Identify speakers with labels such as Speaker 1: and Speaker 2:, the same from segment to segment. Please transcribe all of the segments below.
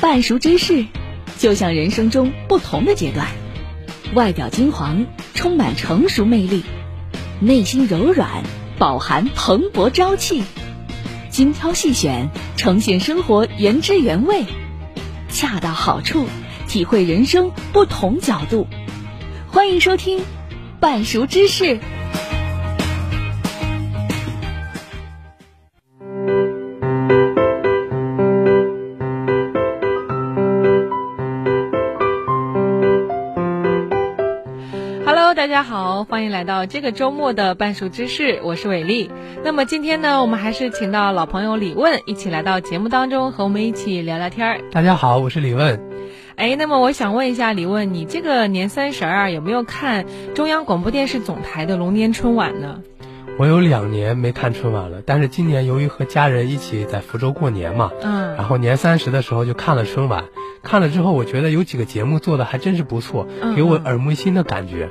Speaker 1: 半熟芝士，就像人生中不同的阶段，外表金黄，充满成熟魅力，内心柔软，饱含蓬勃朝气，精挑细选，呈现生活原汁原味，恰到好处，体会人生不同角度。欢迎收听《半熟芝士》。
Speaker 2: Hello，大家好，欢迎来到这个周末的半熟知识，我是伟丽。那么今天呢，我们还是请到老朋友李问一起来到节目当中，和我们一起聊聊天儿。
Speaker 3: 大家好，我是李问。
Speaker 2: 哎，那么我想问一下李问，你这个年三十儿啊，有没有看中央广播电视总台的龙年春晚呢？
Speaker 3: 我有两年没看春晚了，但是今年由于和家人一起在福州过年嘛，
Speaker 2: 嗯
Speaker 3: 然后年三十的时候就看了春晚。看了之后，我觉得有几个节目做的还真是不错，
Speaker 2: 嗯
Speaker 3: 给我
Speaker 2: 嗯
Speaker 3: 耳目一新的感觉。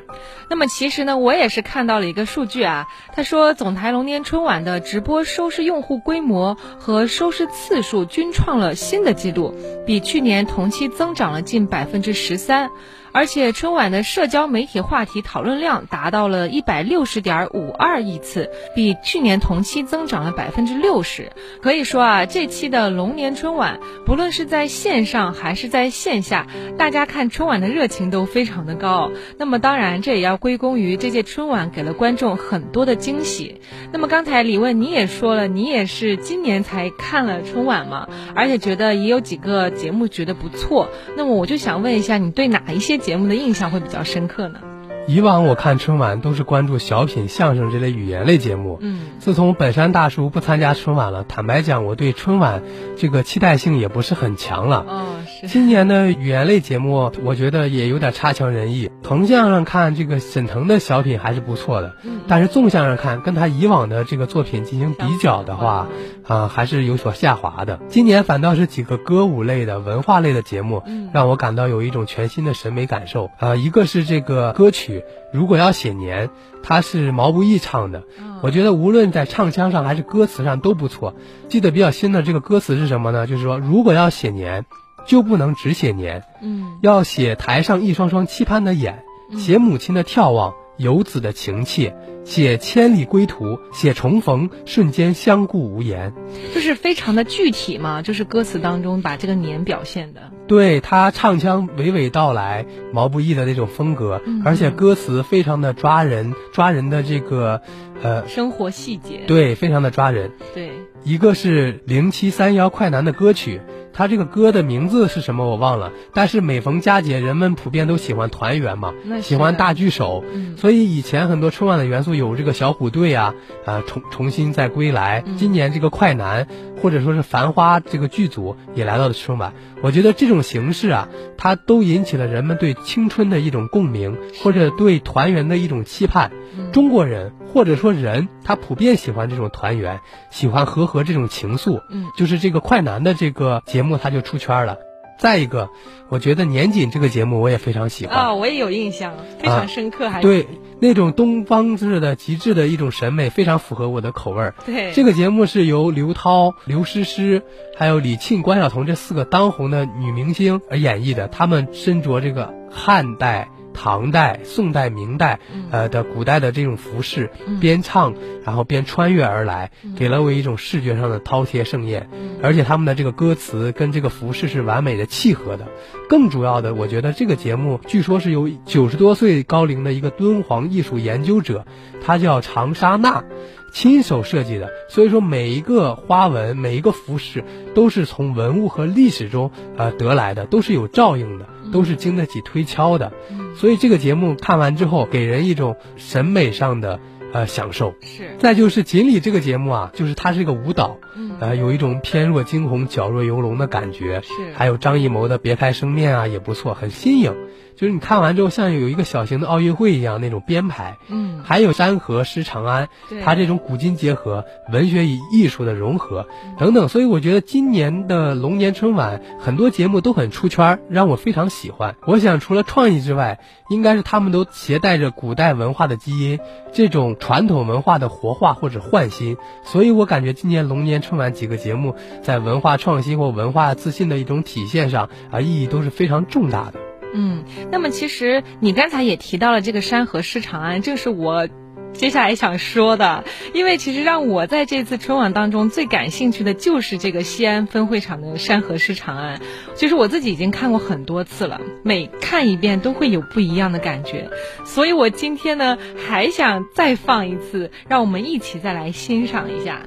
Speaker 2: 那么其实呢，我也是看到了一个数据啊，他说总台龙年春晚的直播收视用户规模和收视次数均创了新的纪录，比去年同期增长了近百分之十三，而且春晚的社交媒体话题讨论量达到了一百六十点五二亿次，比去年同期增长了百分之六十。可以说啊，这期的龙年春晚，不论是在线上还是在线下，大家看春晚的热情都非常的高。那么当然，这也要归功于这届春晚给了观众很多的惊喜。那么刚才李问你也说了，你也是今年才看了春晚嘛，而且觉得也有几个节目觉得不错。那么我就想问一下，你对哪一些节目的印象会比较深刻呢？
Speaker 3: 以往我看春晚都是关注小品、相声这类语言类节目。
Speaker 2: 嗯
Speaker 3: 自从本山大叔不参加春晚了，坦白讲，我对春晚这个期待性也不是很强了。
Speaker 2: 哦，是，
Speaker 3: 今年的语言类节目，我觉得也有点差强人意。横向上看，这个沈腾的小品还是不错的，
Speaker 2: 嗯
Speaker 3: 但是纵向上看，跟他以往的这个作品进行比较的话，啊，还是有所下滑的。今年反倒是几个歌舞类的、文化类的节目，
Speaker 2: 嗯
Speaker 3: 让我感到有一种全新的审美感受。啊，一个是这个歌曲，如果要写年，它是毛不易唱的，
Speaker 2: 嗯
Speaker 3: 我觉得无论在唱腔上还是歌词上都不错。记得比较新的这个歌词是什么呢？就是说，如果要写年，就不能只写年，
Speaker 2: 嗯
Speaker 3: 要写台上一双双期盼的眼，
Speaker 2: 嗯
Speaker 3: 写母亲的眺望，游子的情切，写千里归途，写重逢，瞬间相顾无言。
Speaker 2: 就是非常的具体嘛，就是歌词当中把这个年表现的，
Speaker 3: 对他唱腔娓娓道来，毛不易的那种风格，
Speaker 2: 嗯
Speaker 3: 而且歌词非常的抓人，抓人的这个，呃，
Speaker 2: 生活细节，
Speaker 3: 对，非常的抓人。
Speaker 2: 对
Speaker 3: 一个是零七三幺快男的歌曲，它这个歌的名字是什么我忘了，但是每逢佳节，人们普遍都喜欢团圆嘛
Speaker 2: 那，是
Speaker 3: 喜欢大聚首，
Speaker 2: 嗯
Speaker 3: 所以以前很多春晚的元素有这个小虎队啊，啊重重新再归来
Speaker 2: 嗯，
Speaker 3: 今年这个快男或者说是繁花这个剧组也来到了春晚，我觉得这种形式啊，它都引起了人们对青春的一种共鸣，或者对团圆的一种期盼。
Speaker 2: 嗯
Speaker 3: 中国人或者说人，他普遍喜欢这种团圆，喜欢和和这种情愫。
Speaker 2: 嗯，
Speaker 3: 就是这个快男的这个节目，他就出圈了。再一个，我觉得年锦这个节目我也非常喜欢。
Speaker 2: 啊、我也有印象，非常深刻，还是
Speaker 3: 啊对，那种东方式的极致的一种审美，非常符合我的口味儿。
Speaker 2: 对
Speaker 3: 这个节目是由刘涛、刘诗诗，还有李沁、关晓彤这四个当红的女明星而演绎的。她们身着这个汉代、唐代、宋代、明代，呃的古代的这种服饰，
Speaker 2: 嗯
Speaker 3: 边唱然后边穿越而来，
Speaker 2: 嗯
Speaker 3: 给了我一种视觉上的饕餮盛宴。
Speaker 2: 嗯
Speaker 3: 而且他们的这个歌词跟这个服饰是完美的契合的。更主要的，我觉得这个节目据说是由九十多岁高龄的一个敦煌艺术研究者，他叫长沙娜，亲手设计的。所以说，每一个花纹、每一个服饰都是从文物和历史中呃得来的，都是有照应的，都是经得起推敲的。
Speaker 2: 嗯
Speaker 3: 所以这个节目看完之后，给人一种审美上的呃享受。
Speaker 2: 是
Speaker 3: 再就是锦鲤这个节目啊，就是它是个舞蹈，
Speaker 2: 嗯
Speaker 3: 呃，有一种翩若惊鸿、矫若游龙的感觉。
Speaker 2: 是
Speaker 3: 还有张艺谋的《别开生面》啊，也不错，很新颖。就是你看完之后像有一个小型的奥运会一样那种编排。
Speaker 2: 嗯，
Speaker 3: 还有山河诗长安，
Speaker 2: 对
Speaker 3: 它这种古今结合、文学与艺术的融合
Speaker 2: 嗯
Speaker 3: 等等，所以我觉得今年的龙年春晚很多节目都很出圈儿，让我非常喜欢。我想除了创意之外，应该是他们都携带着古代文化的基因，这种传统文化的活化或者焕新。所以我感觉今年龙年春晚几个节目在文化创新或文化自信的一种体现上啊，意义都是非常重大的。
Speaker 2: 嗯，那么其实你刚才也提到了这个山河市长安，正是我。接下来想说的，因为其实让我在这次春晚当中最感兴趣的就是这个西安分会场的山河市长安。其实我自己已经看过很多次了，每看一遍都会有不一样的感觉，所以我今天呢还想再放一次，让我们一起再来欣赏一下。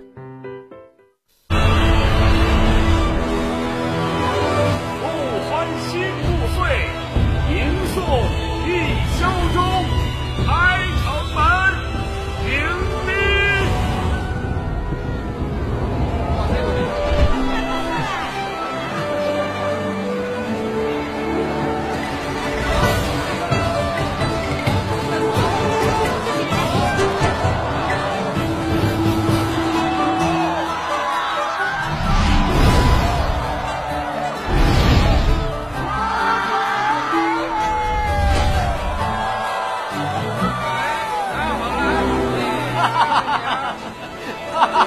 Speaker 4: 物欢欣故岁，吟诵一宵中。开城门，迎宾。
Speaker 5: 《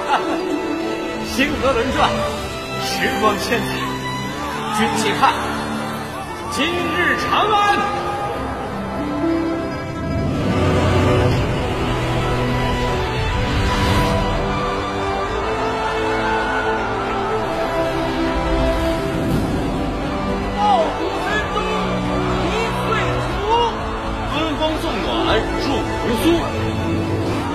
Speaker 5: 星河轮转》，时光千载，君且看，今日长安。傲骨山东，一岁除，春光纵暖入屠苏。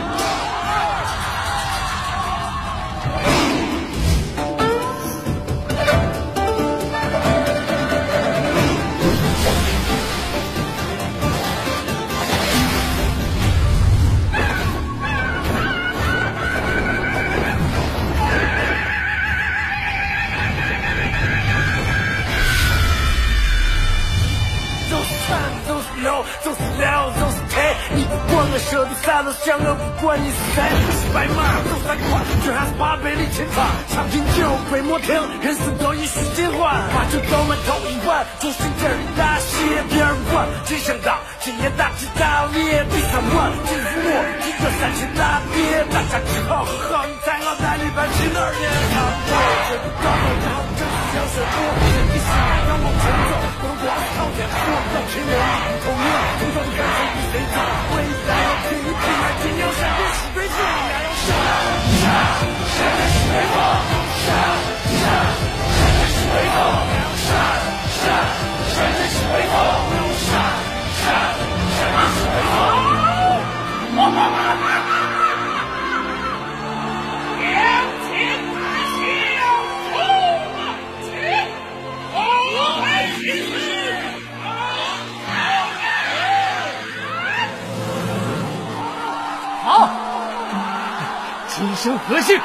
Speaker 6: 都是汗，都是流，都是料，都是陪。你不光了舍得杀了香了，不管你是谁，几百迈都三块，却还是八百里秦场。长亭旧，北摩亭，人生得意须尽欢。把酒倒满头一碗，中心这儿大些别人管。真想当，今年大起大灭，闭上关，进入我，一个三千大别，大家只好和好，你才好在里边去那儿也看不到，这不到，然后这是江水波，一起来让我沉重，如果靠点过，要平原，同样，同样的感情比谁早，未来要拼一拼，来天要闪，一起追逐，你还要上。
Speaker 5: 好，今生何事？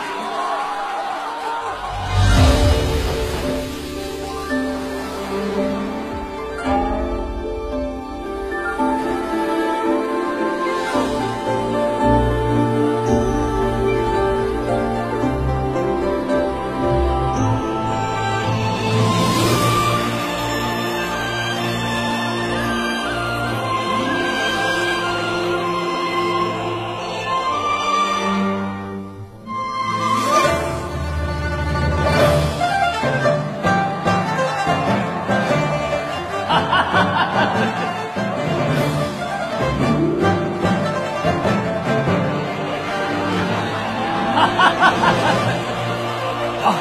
Speaker 5: 当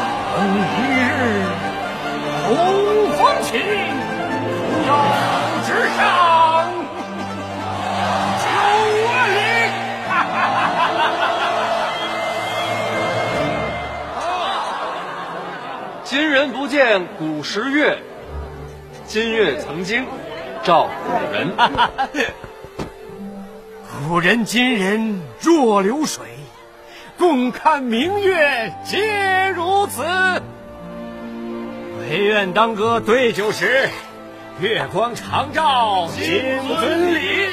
Speaker 5: 一日洪荒起，扶摇直上九万里。今人不见古时月，今月曾经照古人。
Speaker 6: 古人今人若流水，共看明月皆如此。
Speaker 5: 唯愿当歌对酒时，月光长照金樽里。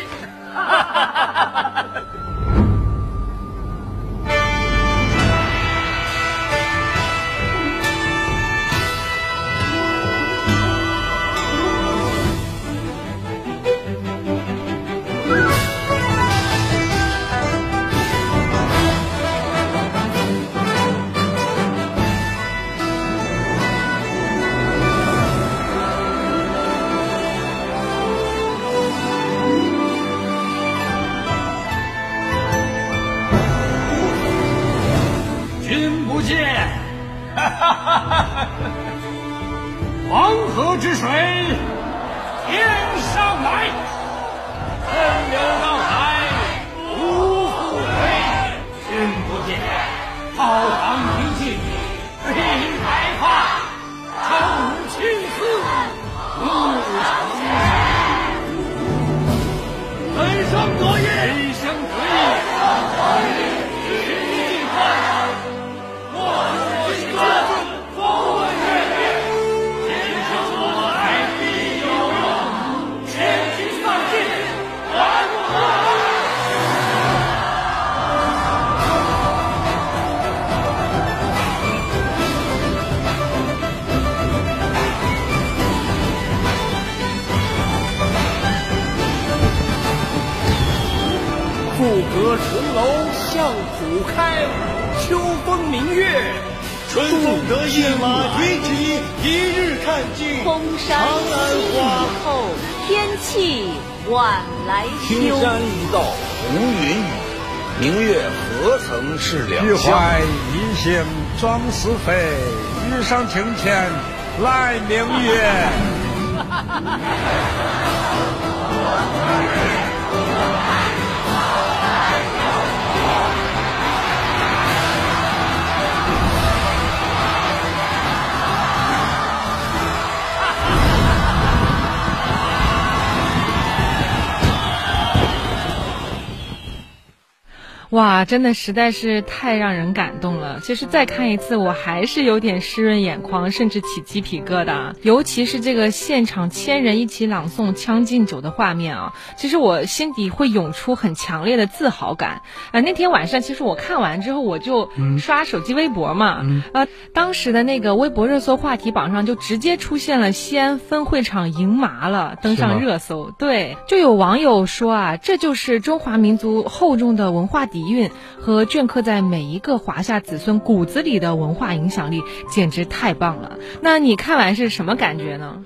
Speaker 4: 君不见， 黄河之水天上来，奔流到海无复回。君不见，浩瀚无际，飞白发，长青丝，暮长天。人生得意，人生得意。
Speaker 5: 赋格城楼向浦开，秋风明月，春风得意马蹄疾，一日看尽
Speaker 1: 空山新雨后，天气晚来
Speaker 7: 青
Speaker 1: 秋。
Speaker 7: 山一道无云雨，明月何曾是
Speaker 8: 欲
Speaker 7: 两乡？
Speaker 8: 怀一心壮士肥，欲上青天来明月。
Speaker 2: 哇，真的实在是太让人感动了。其实再看一次，我还是有点湿润眼眶，甚至起鸡皮疙瘩。尤其是这个现场千人一起朗诵《将进酒》的画面啊，其实我心底会涌出很强烈的自豪感。啊、那天晚上其实我看完之后，我就
Speaker 3: 嗯
Speaker 2: 刷手机微博嘛，呃，当时的那个微博热搜话题榜上就直接出现了西安分会场赢麻了，登
Speaker 3: 是吗
Speaker 2: 上热搜。对，就有网友说啊，这就是中华民族厚重的文化底蕴和镌刻在每一个华夏子孙骨子里的文化影响力，简直太棒了。那你看完是什么感觉呢？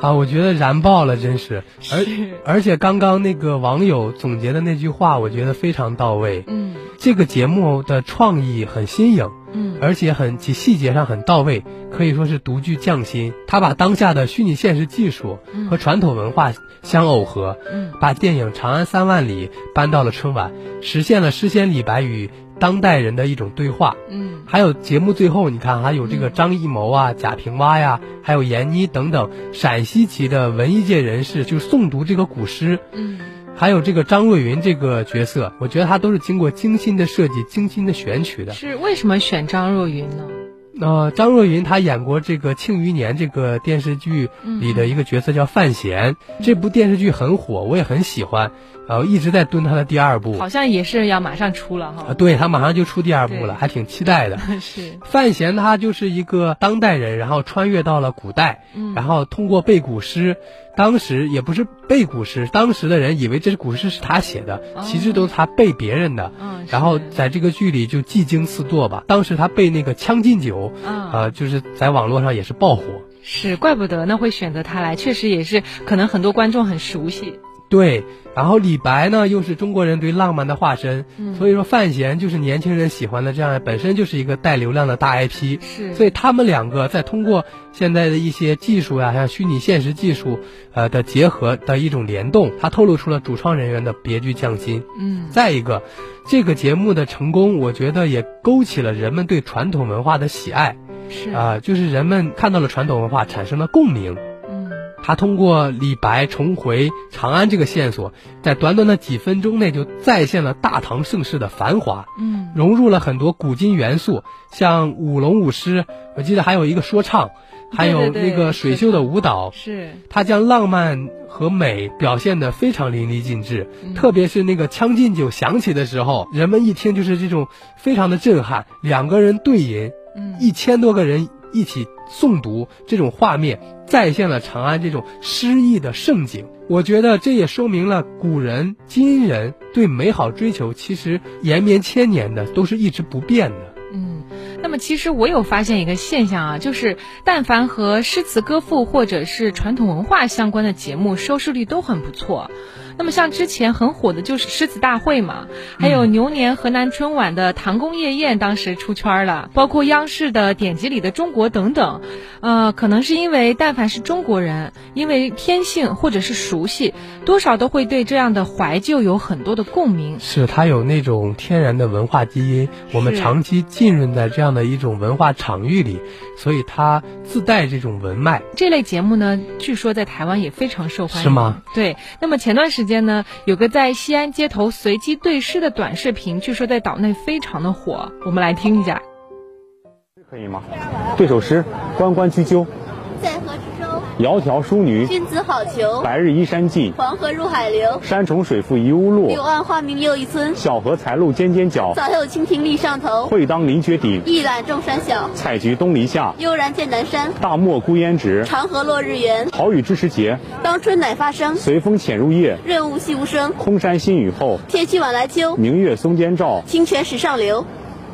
Speaker 3: 啊，我觉得燃爆了，真是。而而且刚刚那个网友总结的那句话，我觉得非常到位。
Speaker 2: 嗯
Speaker 3: 这个节目的创意很新颖，
Speaker 2: 嗯
Speaker 3: 而且很其细节上很到位，可以说是独具匠心。他把当下的虚拟现实技术和传统文化相耦合，
Speaker 2: 嗯
Speaker 3: 把电影《长安三万里》搬到了春晚，实现了诗仙李白与当代人的一种对话。
Speaker 2: 嗯
Speaker 3: 还有节目最后，你看还有这个张艺谋啊、贾平凹呀、还有闫妮等等陕西籍的文艺界人士，就诵读这个古诗。
Speaker 2: 嗯
Speaker 3: 还有这个张若昀这个角色，我觉得他都是经过精心的设计、精心的选取的。
Speaker 2: 是为什么选张若昀呢？
Speaker 3: 呃，张若昀他演过这个《庆余年》这个电视剧
Speaker 2: 嗯
Speaker 3: 里的一个角色叫范闲，这部电视剧很火，我也很喜欢，然后一直在蹲他的第二部。
Speaker 2: 好像也是要马上出了
Speaker 3: 啊，
Speaker 2: 哈。
Speaker 3: 对他马上就出第二部
Speaker 2: 对
Speaker 3: 了，还挺期待的。
Speaker 2: 是，
Speaker 3: 范闲他就是一个当代人，然后穿越到了古代，
Speaker 2: 嗯
Speaker 3: 然后通过背古诗，当时也不是背古诗，当时的人以为这是古诗是他写的，
Speaker 2: 哦
Speaker 3: 其实都是他背别人的。
Speaker 2: 嗯，是
Speaker 3: 然后在这个剧里就技惊四座吧。当时他背那个《将进酒》，
Speaker 2: 啊
Speaker 3: 呃，就是在网络上也是爆火。
Speaker 2: 是，怪不得呢会选择他来，确实也是可能很多观众很熟悉。
Speaker 3: 对，然后李白呢，又是中国人对浪漫的化身，所以说范闲就是年轻人喜欢的这样，本身就是一个带流量的大 IP，
Speaker 2: 是
Speaker 3: 所以他们两个在通过现在的一些技术呀、像虚拟现实技术，呃的结合的一种联动，它透露出了主创人员的别具匠心。
Speaker 2: 嗯
Speaker 3: 再一个，这个节目的成功，我觉得也勾起了人们对传统文化的喜爱
Speaker 2: 是
Speaker 3: 啊、就是人们看到了传统文化，产生了共鸣。
Speaker 2: 嗯
Speaker 3: 他通过李白重回长安这个线索，在短短的几分钟内就再现了大唐盛世的繁华，
Speaker 2: 嗯
Speaker 3: 融入了很多古今元素，像舞龙舞狮，我记得还有一个说唱，还有
Speaker 2: 对对对
Speaker 3: 那个水袖的舞蹈，
Speaker 2: 是
Speaker 3: 他将浪漫和美表现得非常淋漓尽致，
Speaker 2: 嗯
Speaker 3: 特别是那个《将进酒》响起的时候，人们一听就是这种非常的震撼，两个人对饮，
Speaker 2: 嗯
Speaker 3: 一千多个人一起诵读，这种画面再现了长安这种诗意的盛景。我觉得这也说明了古人、今人对美好追求，其实延绵千年的都是一直不变的。
Speaker 2: 嗯，那么其实我有发现一个现象啊，就是但凡和诗词歌赋或者是传统文化相关的节目，收视率都很不错。那么像之前很火的就是诗词大会嘛，还有牛年河南春晚的《唐宫夜宴》，当时出圈了，包括央视的《典籍里的中国》等等。呃，可能是因为但凡是中国人，因为天性或者是熟悉，多少都会对这样的怀旧有很多的共鸣。
Speaker 3: 是它有那种天然的文化基因，我们
Speaker 2: 是
Speaker 3: 长期浸润在这样的一种文化场域里，所以它自带这种文脉。
Speaker 2: 这类节目呢，据说在台湾也非常受欢迎，
Speaker 3: 是吗？
Speaker 2: 对。那么前段时间呢，有个在西安街头随机对诗的短视频，据说在岛内非常的火，我们来听一下。
Speaker 9: 可以吗？这首诗“关关雎鸠，
Speaker 10: 在河之洲，
Speaker 9: 窈窕淑女，
Speaker 10: 君子好逑。
Speaker 9: 白日依山尽，
Speaker 10: 黄河入海流，
Speaker 9: 山重水复疑无
Speaker 10: 柳
Speaker 9: 路。
Speaker 10: 暗花明又一村。
Speaker 9: 小荷才露尖尖角，
Speaker 10: 早有蜻蜓立上头，
Speaker 9: 会当凌绝顶。
Speaker 10: 一览众山小。
Speaker 9: 采菊东篱下，
Speaker 10: 悠然见南山，
Speaker 9: 大漠孤烟直。
Speaker 10: 长河落日圆。
Speaker 9: 好雨知时节，
Speaker 10: 当春乃发生，
Speaker 9: 随风潜入夜。
Speaker 10: 润物细无声。
Speaker 9: 空山新雨后，
Speaker 10: 天气晚来秋，
Speaker 9: 明月松间照。
Speaker 10: 清泉石上流。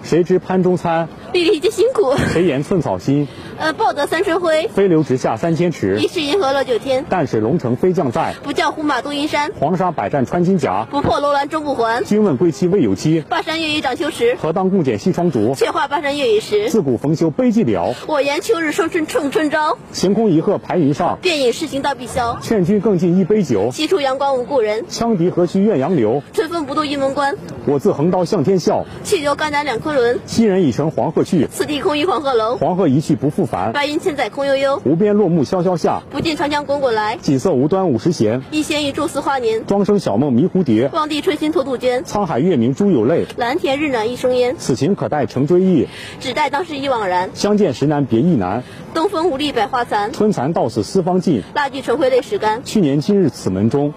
Speaker 9: 谁知攀中餐，
Speaker 10: 粒粒皆辛苦，
Speaker 9: 谁言寸草心？
Speaker 10: 呃，报得三春晖。
Speaker 9: 飞流直下三千尺
Speaker 10: 疑，是银河落九天，
Speaker 9: 淡水龙城飞将在。
Speaker 10: 不教胡马度阴山。
Speaker 9: 黄沙百战穿金甲，
Speaker 10: 不破楼兰终不还。
Speaker 9: 君问归期未有期。
Speaker 10: 巴山夜雨涨秋时，
Speaker 9: 何当共剪西窗烛？
Speaker 10: 却话巴山夜雨时。
Speaker 9: 自古逢秋悲寂寥。
Speaker 10: 我言秋日双春冲春朝，
Speaker 9: 晴空一鹤排云上，
Speaker 10: 便引诗情到碧霄。
Speaker 9: 劝君更尽一杯酒。
Speaker 10: 西出阳关无故人，
Speaker 9: 羌笛何须怨杨柳，
Speaker 10: 春风不度云门关。
Speaker 9: 我自横刀向天笑。
Speaker 10: 去留肝胆两昆仑，
Speaker 9: 昔人已乘黄鹤去，
Speaker 10: 此地空余黄鹤楼。
Speaker 9: 黄鹤一去不复返。
Speaker 10: 白云千载空悠悠，
Speaker 9: 无边落木萧萧下，
Speaker 10: 不尽长江滚滚来。
Speaker 9: 锦瑟无端五十弦。
Speaker 10: 一弦一柱思花年，
Speaker 9: 庄生晓梦迷蝴蝶，
Speaker 10: 望帝春心吐杜鹃。
Speaker 9: 沧海月明珠有泪。
Speaker 10: 蓝田日暖一生烟，
Speaker 9: 此情可待成追忆，
Speaker 10: 只待当时已惘然。
Speaker 9: 相见时难别亦难。
Speaker 10: 东风无力百花残，
Speaker 9: 春蚕到死丝方尽，
Speaker 10: 蜡炬成灰泪始干。
Speaker 9: 去年今日此门中，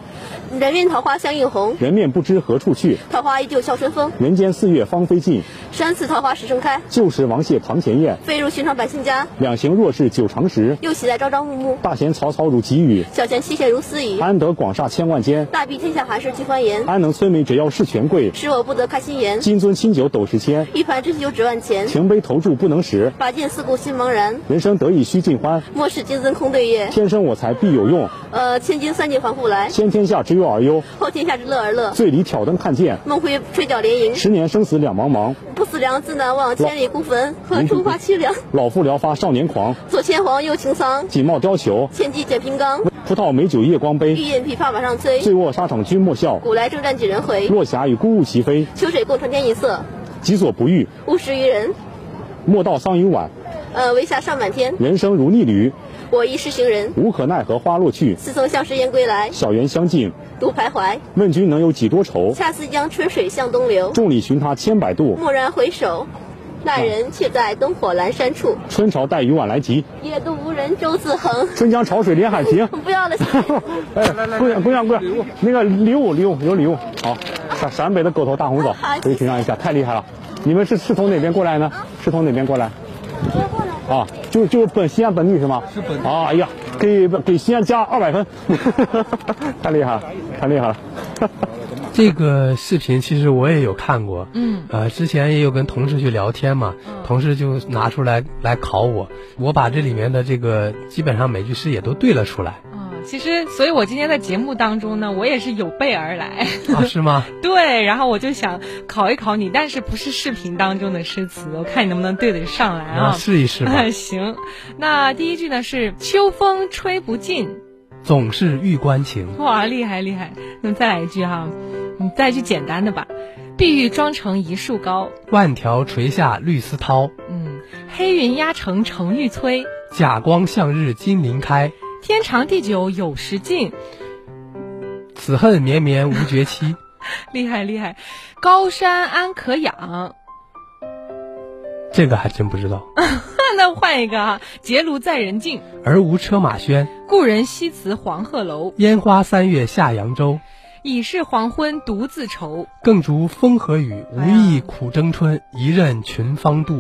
Speaker 10: 人面桃花相映红，
Speaker 9: 人面不知何处去。
Speaker 10: 桃花依旧笑春风。
Speaker 9: 人间四月芳菲尽，
Speaker 10: 山寺桃花始盛开，
Speaker 9: 旧时王谢堂前燕。
Speaker 10: 飞入寻常百姓家。
Speaker 9: 两行若是久长时，
Speaker 10: 又喜在朝朝暮暮，
Speaker 9: 大弦嘈嘈如急雨。
Speaker 10: 小弦凄切如私语。
Speaker 9: 安得广厦千万间，
Speaker 10: 大庇天下寒士俱欢颜，
Speaker 9: 安能摧眉折腰事权贵。
Speaker 10: 使我不得开心颜。
Speaker 9: 金樽清酒斗十千，
Speaker 10: 一盘知酒只万钱，
Speaker 9: 情杯投注不能食。
Speaker 10: 把尽四顾心茫然。
Speaker 9: 人生得意须尽欢，
Speaker 10: 莫使金樽空对月，
Speaker 9: 天生我材必有用。
Speaker 10: 呃，千金散尽还复来，
Speaker 9: 先天下之忧而忧，
Speaker 10: 后天下之乐而乐。
Speaker 9: 醉里挑灯看剑。
Speaker 10: 梦回吹角连营，
Speaker 9: 十年生死两茫茫，
Speaker 10: 不思量，自难忘。千里孤坟，何处话凄凉？
Speaker 9: 老妇聊发少年狂。
Speaker 10: 左牵黄，右擎苍，
Speaker 9: 锦帽貂裘，
Speaker 10: 千骑剪平冈。
Speaker 9: 葡萄美酒夜光
Speaker 10: 欲
Speaker 9: 杯。
Speaker 10: 饮琵琶马上催，
Speaker 9: 醉卧沙场君莫笑，
Speaker 10: 古来征战几人回？
Speaker 9: 落霞与孤鹜齐飞。
Speaker 10: 秋水共长天一色，
Speaker 9: 己所不欲，
Speaker 10: 勿施于人。
Speaker 9: 莫道桑榆晚。
Speaker 10: 呃，为霞上满天，
Speaker 9: 人生如逆旅，
Speaker 10: 我亦是行人。
Speaker 9: 无可奈何花落去。
Speaker 10: 似曾相识燕归来，
Speaker 9: 小园香径，
Speaker 10: 独徘徊。
Speaker 9: 问君能有几多愁？
Speaker 10: 恰似江春水向东流，
Speaker 9: 众里寻他千百度。
Speaker 10: 蓦然回首，那人却在灯火阑珊处。
Speaker 9: 春潮带雨晚来急，
Speaker 10: 野渡无人舟自横。
Speaker 9: 春江潮水连海平。
Speaker 10: 不要了，谢谢。
Speaker 9: 哎，姑娘，姑娘，姑娘，那个礼物，礼物有礼物。好，陕陕北的狗头大红枣
Speaker 10: 好，
Speaker 9: 可以品尝一下，太厉害了。你们是是从哪边过来呢？是从哪边过来？啊，就就是本西安本地是吗？是本地。啊，哎呀，给给西安加二百分， 太厉害了，太厉害了。
Speaker 3: 这个视频其实我也有看过，
Speaker 2: 嗯，
Speaker 3: 呃，之前也有跟同事去聊天嘛，同事就拿出来来考我，我把这里面的这个基本上每句诗也都对了 出来
Speaker 2: 啊、其实，所以我今天在节目当中呢，我也是有备而来，
Speaker 3: 啊，是吗？
Speaker 2: 对，然后我就想考一考你，但是不是视频当中的诗词，我看你能不能对得上来
Speaker 3: 啊，
Speaker 2: 啊？。
Speaker 3: 试一试吧
Speaker 2: 行，那第一句呢是秋风吹不尽，
Speaker 3: 总是玉关情，
Speaker 2: 哇，厉害厉害！那再来一句哈，你再一句简单的吧。碧玉妆成一树高，
Speaker 3: 万条垂下绿丝绦。
Speaker 2: 嗯，黑云压城城欲摧，
Speaker 3: 甲光向日金鳞开，
Speaker 2: 天长地久有时尽，
Speaker 3: 此恨绵绵无绝期。
Speaker 2: 厉害厉害！高山安可仰，
Speaker 3: 这个还真不知道。
Speaker 2: 那换一个啊，结庐在人境，
Speaker 3: 而无车马喧，
Speaker 2: 故人西辞黄鹤楼。
Speaker 3: 烟花三月下扬州。
Speaker 2: 已是黄昏独自愁，
Speaker 3: 更逐风和雨，
Speaker 2: 哎
Speaker 3: 无意苦争春。一任群芳妒，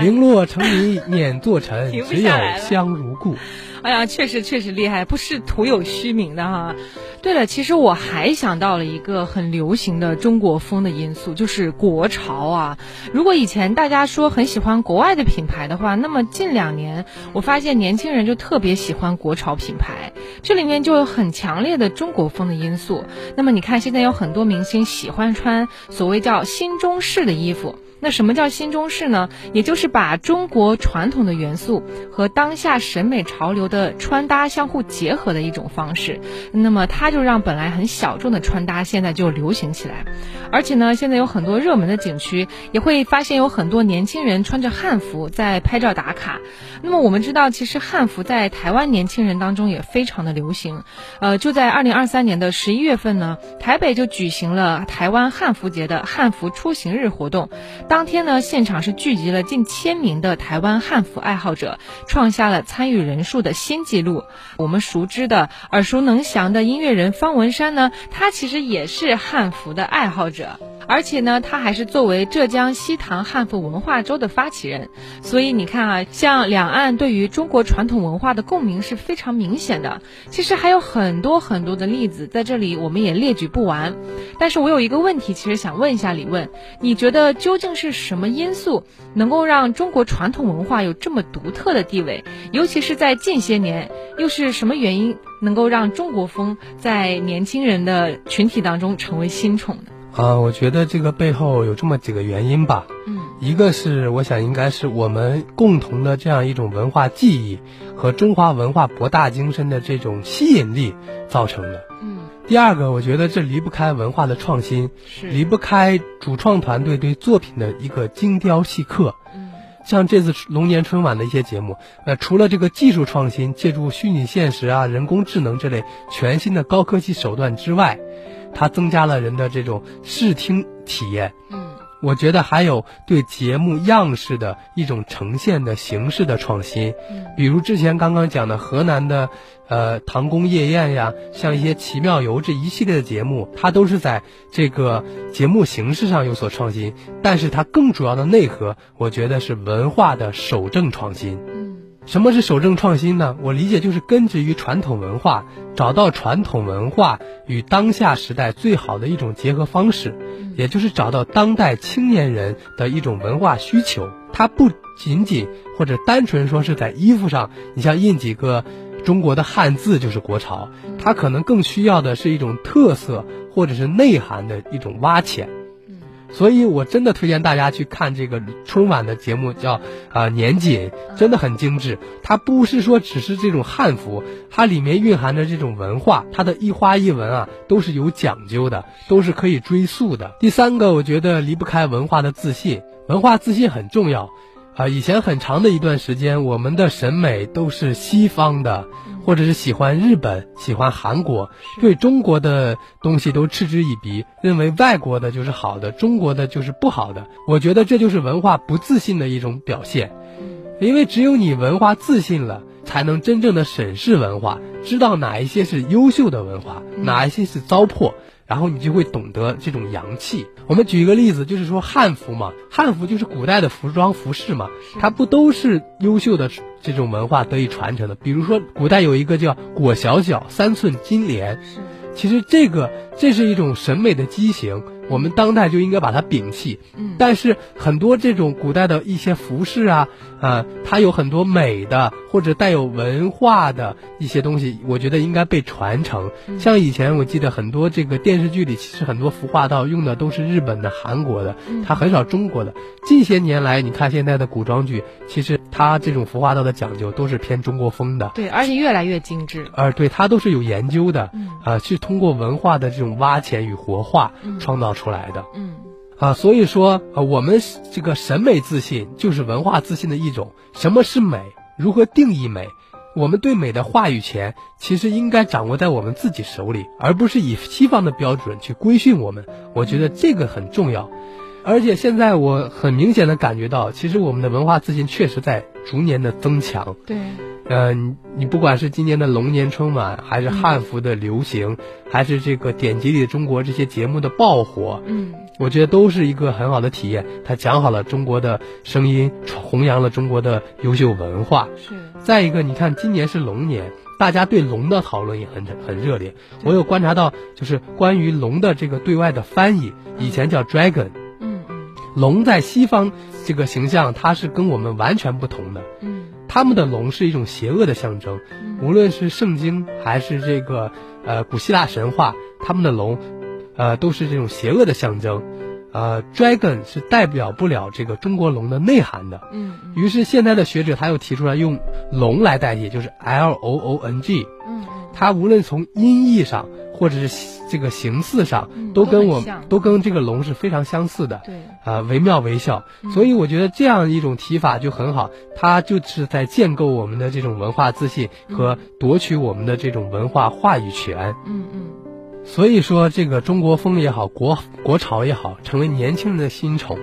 Speaker 3: 零落成泥碾作 尘。
Speaker 2: 停不
Speaker 3: 只有
Speaker 2: 下来了
Speaker 3: 香如故。
Speaker 2: 哎呀，确实确实厉害，不是徒有虚名的哈。对了，其实我还想到了一个很流行的中国风的因素，就是国潮啊。如果以前大家说很喜欢国外的品牌的话，那么近两年我发现年轻人就特别喜欢国潮品牌，这里面就有很强烈的中国风的因素。那么你看，现在有很多明星喜欢穿所谓叫新中式的衣服。那什么叫新中式呢？也就是把中国传统的元素和当下审美潮流的穿搭相互结合的一种方式。那么它就让本来很小众的穿搭现在就流行起来。而且呢，现在有很多热门的景区也会发现有很多年轻人穿着汉服在拍照打卡。那么我们知道，其实汉服在台湾年轻人当中也非常的流行。呃，就在二零二三年的十一月份呢，台北就举行了台湾汉服节的汉服出行日活动。当天呢，现场是聚集了近千名的台湾汉服爱好者，创下了参与人数的新纪录。我们熟知的、耳熟能详的音乐人方文山呢，他其实也是汉服的爱好者。而且呢，他还是作为浙江西塘汉服文化周的发起人，所以你看啊，像两岸对于中国传统文化的共鸣是非常明显的。其实还有很多很多的例子，在这里我们也列举不完。但是我有一个问题，其实想问一下李问，你觉得究竟是什么因素能够让中国传统文化有这么独特的地位？尤其是在近些年，又是什么原因能够让中国风在年轻人的群体当中成为新宠呢？
Speaker 3: 啊，我觉得这个背后有这么几个原因吧。
Speaker 2: 嗯，
Speaker 3: 一个是我想应该是我们共同的这样一种文化记忆和中华文化博大精深的这种吸引力造成的。
Speaker 2: 嗯，
Speaker 3: 第二个，我觉得这离不开文化的创新，
Speaker 2: 是
Speaker 3: 离不开主创团队对作品的一个精雕细刻。
Speaker 2: 嗯
Speaker 3: 像这次龙年春晚的一些节目，呃，除了这个技术创新，借助虚拟现实啊、人工智能这类全新的高科技手段之外，它增加了人的这种视听体验。
Speaker 2: 嗯，
Speaker 3: 我觉得还有对节目样式的一种呈现的形式的创新，比如之前刚刚讲的河南的，呃，唐宫夜宴呀，像一些奇妙游这一系列的节目，它都是在这个节目形式上有所创新，但是它更主要的内核，我觉得是文化的守正创新。什么是守正创新呢？我理解就是根植于传统文化，找到传统文化与当下时代最好的一种结合方式，也就是找到当代青年人的一种文化需求。它不仅仅或者单纯说是在衣服上，你像印几个中国的汉字就是国潮，它可能更需要的是一种特色或者是内涵的一种挖潜。所以我真的推荐大家去看这个春晚的节目，叫啊、呃年锦，真的很精致。它不是说只是这种汉服，它里面蕴含着这种文化，它的一花一文啊都是有讲究的，都是可以追溯的。第三个，我觉得离不开文化的自信，文化自信很重要。啊，以前很长的一段时间，我们的审美都是西方的，或者是喜欢日本、喜欢韩国，对中国的东西都嗤之以鼻，认为外国的就是好的，中国的就是不好的。我觉得这就是文化不自信的一种表现，因为只有你文化自信了，才能真正的审视文化，知道哪一些是优秀的文化，哪一些是糟粕。然后你就会懂得这种洋气。我们举一个例子，就是说汉服嘛，汉服就是古代的服装服饰嘛，它不都是优秀的这种文化得以传承的？比如说古代有一个叫裹小脚三寸金莲，
Speaker 2: 是，
Speaker 3: 其实这个这是一种审美的畸形，我们当代就应该把它摒弃。
Speaker 2: 嗯
Speaker 3: 但是很多这种古代的一些服饰啊，啊，它有很多美的或者带有文化的一些东西，我觉得应该被传承。像以前我记得很多这个电视剧里，其实很多服化道用的都是日本的、韩国的，它很少中国的。近些年来，你看现在的古装剧，其实它这种服化道的讲究都是偏中国风的。
Speaker 2: 对，而且越来越精致。
Speaker 3: 而呃对它都是有研究的，啊，是通过文化的这种挖潜与活化创造出来的。
Speaker 2: 嗯
Speaker 3: 啊，所以说啊，我们是这个审美自信就是文化自信的一种。什么是美？如何定义美？我们对美的话语权，其实应该掌握在我们自己手里，而不是以西方的标准去规训我们。我觉得这个很重要。而且现在我很明显的感觉到，其实我们的文化自信确实在逐年的增强。
Speaker 2: 对，
Speaker 3: 呃，你你不管是今年的龙年春晚，还是汉服的流行，还是这个典籍里的中国这些节目的爆火，
Speaker 2: 嗯，
Speaker 3: 我觉得都是一个很好的体验。它讲好了中国的声音，弘扬了中国的优秀文化。
Speaker 2: 是，
Speaker 3: 再一个，你看今年是龙年，大家对龙的讨论也很很热烈。我有观察到，就是关于龙的这个对外的翻译，以前叫 dragon，
Speaker 2: 嗯嗯
Speaker 3: 龙在西方这个形象它是跟我们完全不同的。
Speaker 2: 嗯
Speaker 3: 他们的龙是一种邪恶的象征，无论是圣经还是这个呃古希腊神话，他们的龙，呃都是这种邪恶的象征。呃，dragon 是代表不了这个中国龙的内涵的。
Speaker 2: 嗯
Speaker 3: 于是现在的学者他又提出来用龙来代替，就是 L O O N G。
Speaker 2: 嗯
Speaker 3: 它无论从音译上，或者是这个形似上，
Speaker 2: 嗯
Speaker 3: 都
Speaker 2: 都
Speaker 3: 跟
Speaker 2: 很
Speaker 3: 我
Speaker 2: 像
Speaker 3: 都跟这个龙是非常相似的。
Speaker 2: 对嗯
Speaker 3: 啊，惟妙惟肖。所以我觉得这样一种提法就很好，它就是在建构我们的这种文化自信和夺取我们的这种文化话语权。
Speaker 2: 嗯嗯，
Speaker 3: 所以说，这个中国风也好，国国潮也好，成为年轻人的新宠。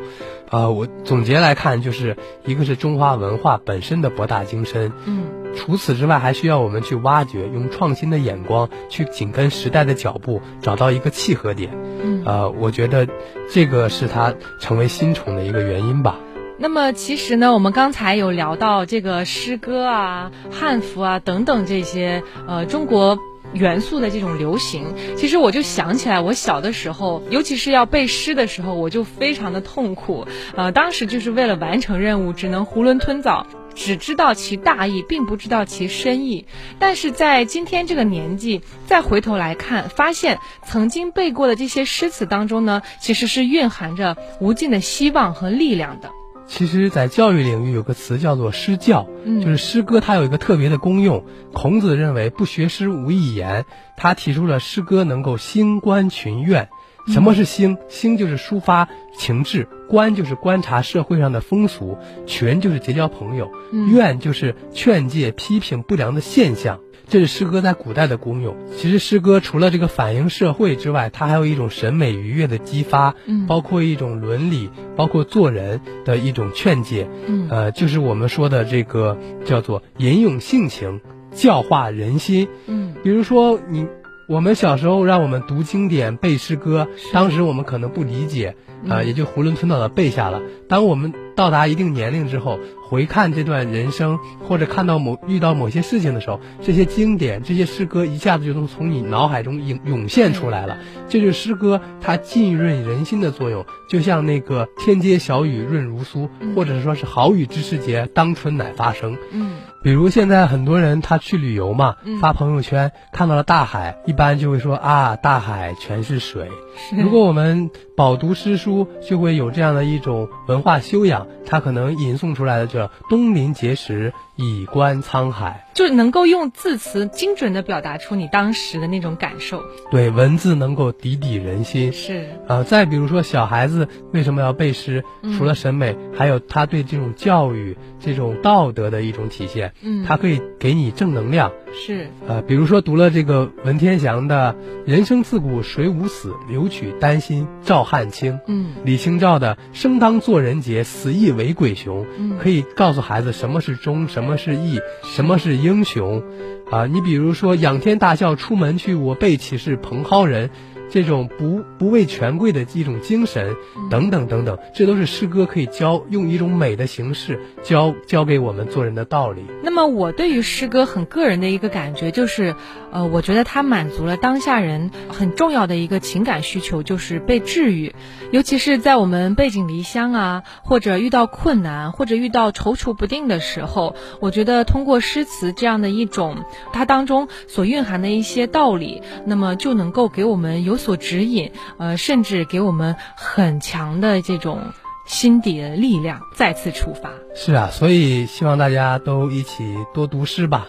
Speaker 3: 啊、我总结来看，就是一个是中华文化本身的博大精深，
Speaker 2: 嗯
Speaker 3: 除此之外，还需要我们去挖掘，用创新的眼光去紧跟时代的脚步，找到一个契合点。
Speaker 2: 嗯。
Speaker 3: 呃，我觉得这个是它成为新宠的一个原因吧。
Speaker 2: 那么其实呢，我们刚才有聊到这个诗歌啊、汉服啊等等这些呃中国。元素的这种流行，其实我就想起来，我小的时候，尤其是要背诗的时候，我就非常的痛苦。呃，当时就是为了完成任务，只能囫囵吞枣，只知道其大意，并不知道其深意。但是在今天这个年纪，再回头来看，发现曾经背过的这些诗词当中呢，其实是蕴含着无尽的希望和力量的。
Speaker 3: 其实，在教育领域有个词叫做“诗教”，
Speaker 2: 嗯
Speaker 3: 就是诗歌它有一个特别的功用。孔子认为“不学诗，无以言”，他提出了诗歌能够兴观群怨。
Speaker 2: 嗯
Speaker 3: 什么是兴？兴就是抒发情志，观就是观察社会上的风俗，群就是结交朋友，
Speaker 2: 嗯
Speaker 3: 怨就是劝诫、批评不良的现象。这是诗歌在古代的功用。其实，诗歌除了这个反映社会之外，它还有一种审美愉悦的激发，
Speaker 2: 嗯
Speaker 3: 包括一种伦理，包括做人的一种劝诫，
Speaker 2: 嗯
Speaker 3: 呃，就是我们说的这个叫做吟咏性情，教化人心。
Speaker 2: 嗯
Speaker 3: 比如说你，我们小时候让我们读经典、背诗歌，当时我们可能不理解，啊、
Speaker 2: 嗯
Speaker 3: 也就囫囵吞枣的背下了。当我们到达一定年龄之后，回看这段人生，或者看到某遇到某些事情的时候，这些经典、这些诗歌一下子就能从你脑海中涌涌现出来了。这就是诗歌它浸润人心的作用，就像那个“天街小雨润如酥”，或者说是“好雨知时节，当春乃发生”。
Speaker 2: 嗯
Speaker 3: 比如现在很多人他去旅游嘛，
Speaker 2: 嗯
Speaker 3: 发朋友圈看到了大海，一般就会说啊，大海全是水。
Speaker 2: 是
Speaker 3: 如果我们饱读诗书，就会有这样的一种文化修养，它可能引送出来的叫“东临碣石，以观沧海”。
Speaker 2: 就是能够用字词精准的表达出你当时的那种感受，
Speaker 3: 对，文字能够涤涤人心。
Speaker 2: 是
Speaker 3: 啊、再比如说小孩子为什么要背诗？除了审美，还有他对这种教育、这种道德的一种体现。
Speaker 2: 嗯
Speaker 3: 它可以给你正能量。
Speaker 2: 是，
Speaker 3: 呃，比如说读了这个文天祥的“人生自古谁无死，留取丹心照汗青”，
Speaker 2: 嗯
Speaker 3: 李清照的“生当作人杰，死亦为鬼雄”，
Speaker 2: 嗯
Speaker 3: 可以告诉孩子什么是忠，什么是义，什么是英雄。啊、你比如说“仰天大笑出门去，我辈岂是蓬蒿人”，这种不不畏权贵的一种精神，
Speaker 2: 嗯
Speaker 3: 等等等等，这都是诗歌可以教用一种美的形式教教给我们做人的道理。
Speaker 2: 那么我对于诗歌很个人的一个感觉就是，呃，我觉得它满足了当下人很重要的一个情感需求，就是被治愈。尤其是在我们背井离乡啊，或者遇到困难，或者遇到踌躇不定的时候，我觉得通过诗词这样的一种，它当中所蕴含的一些道理，那么就能够给我们有所指引，呃，甚至给我们很强的这种心底的力量，再次出发。
Speaker 3: 是啊，所以希望大家都一起多读诗吧，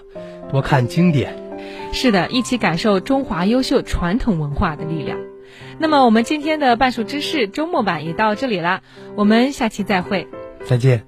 Speaker 3: 多看经典。
Speaker 2: 是的，一起感受中华优秀传统文化的力量。那么我们今天的半熟知识周末版也到这里啦，我们下期再会。
Speaker 3: 再见。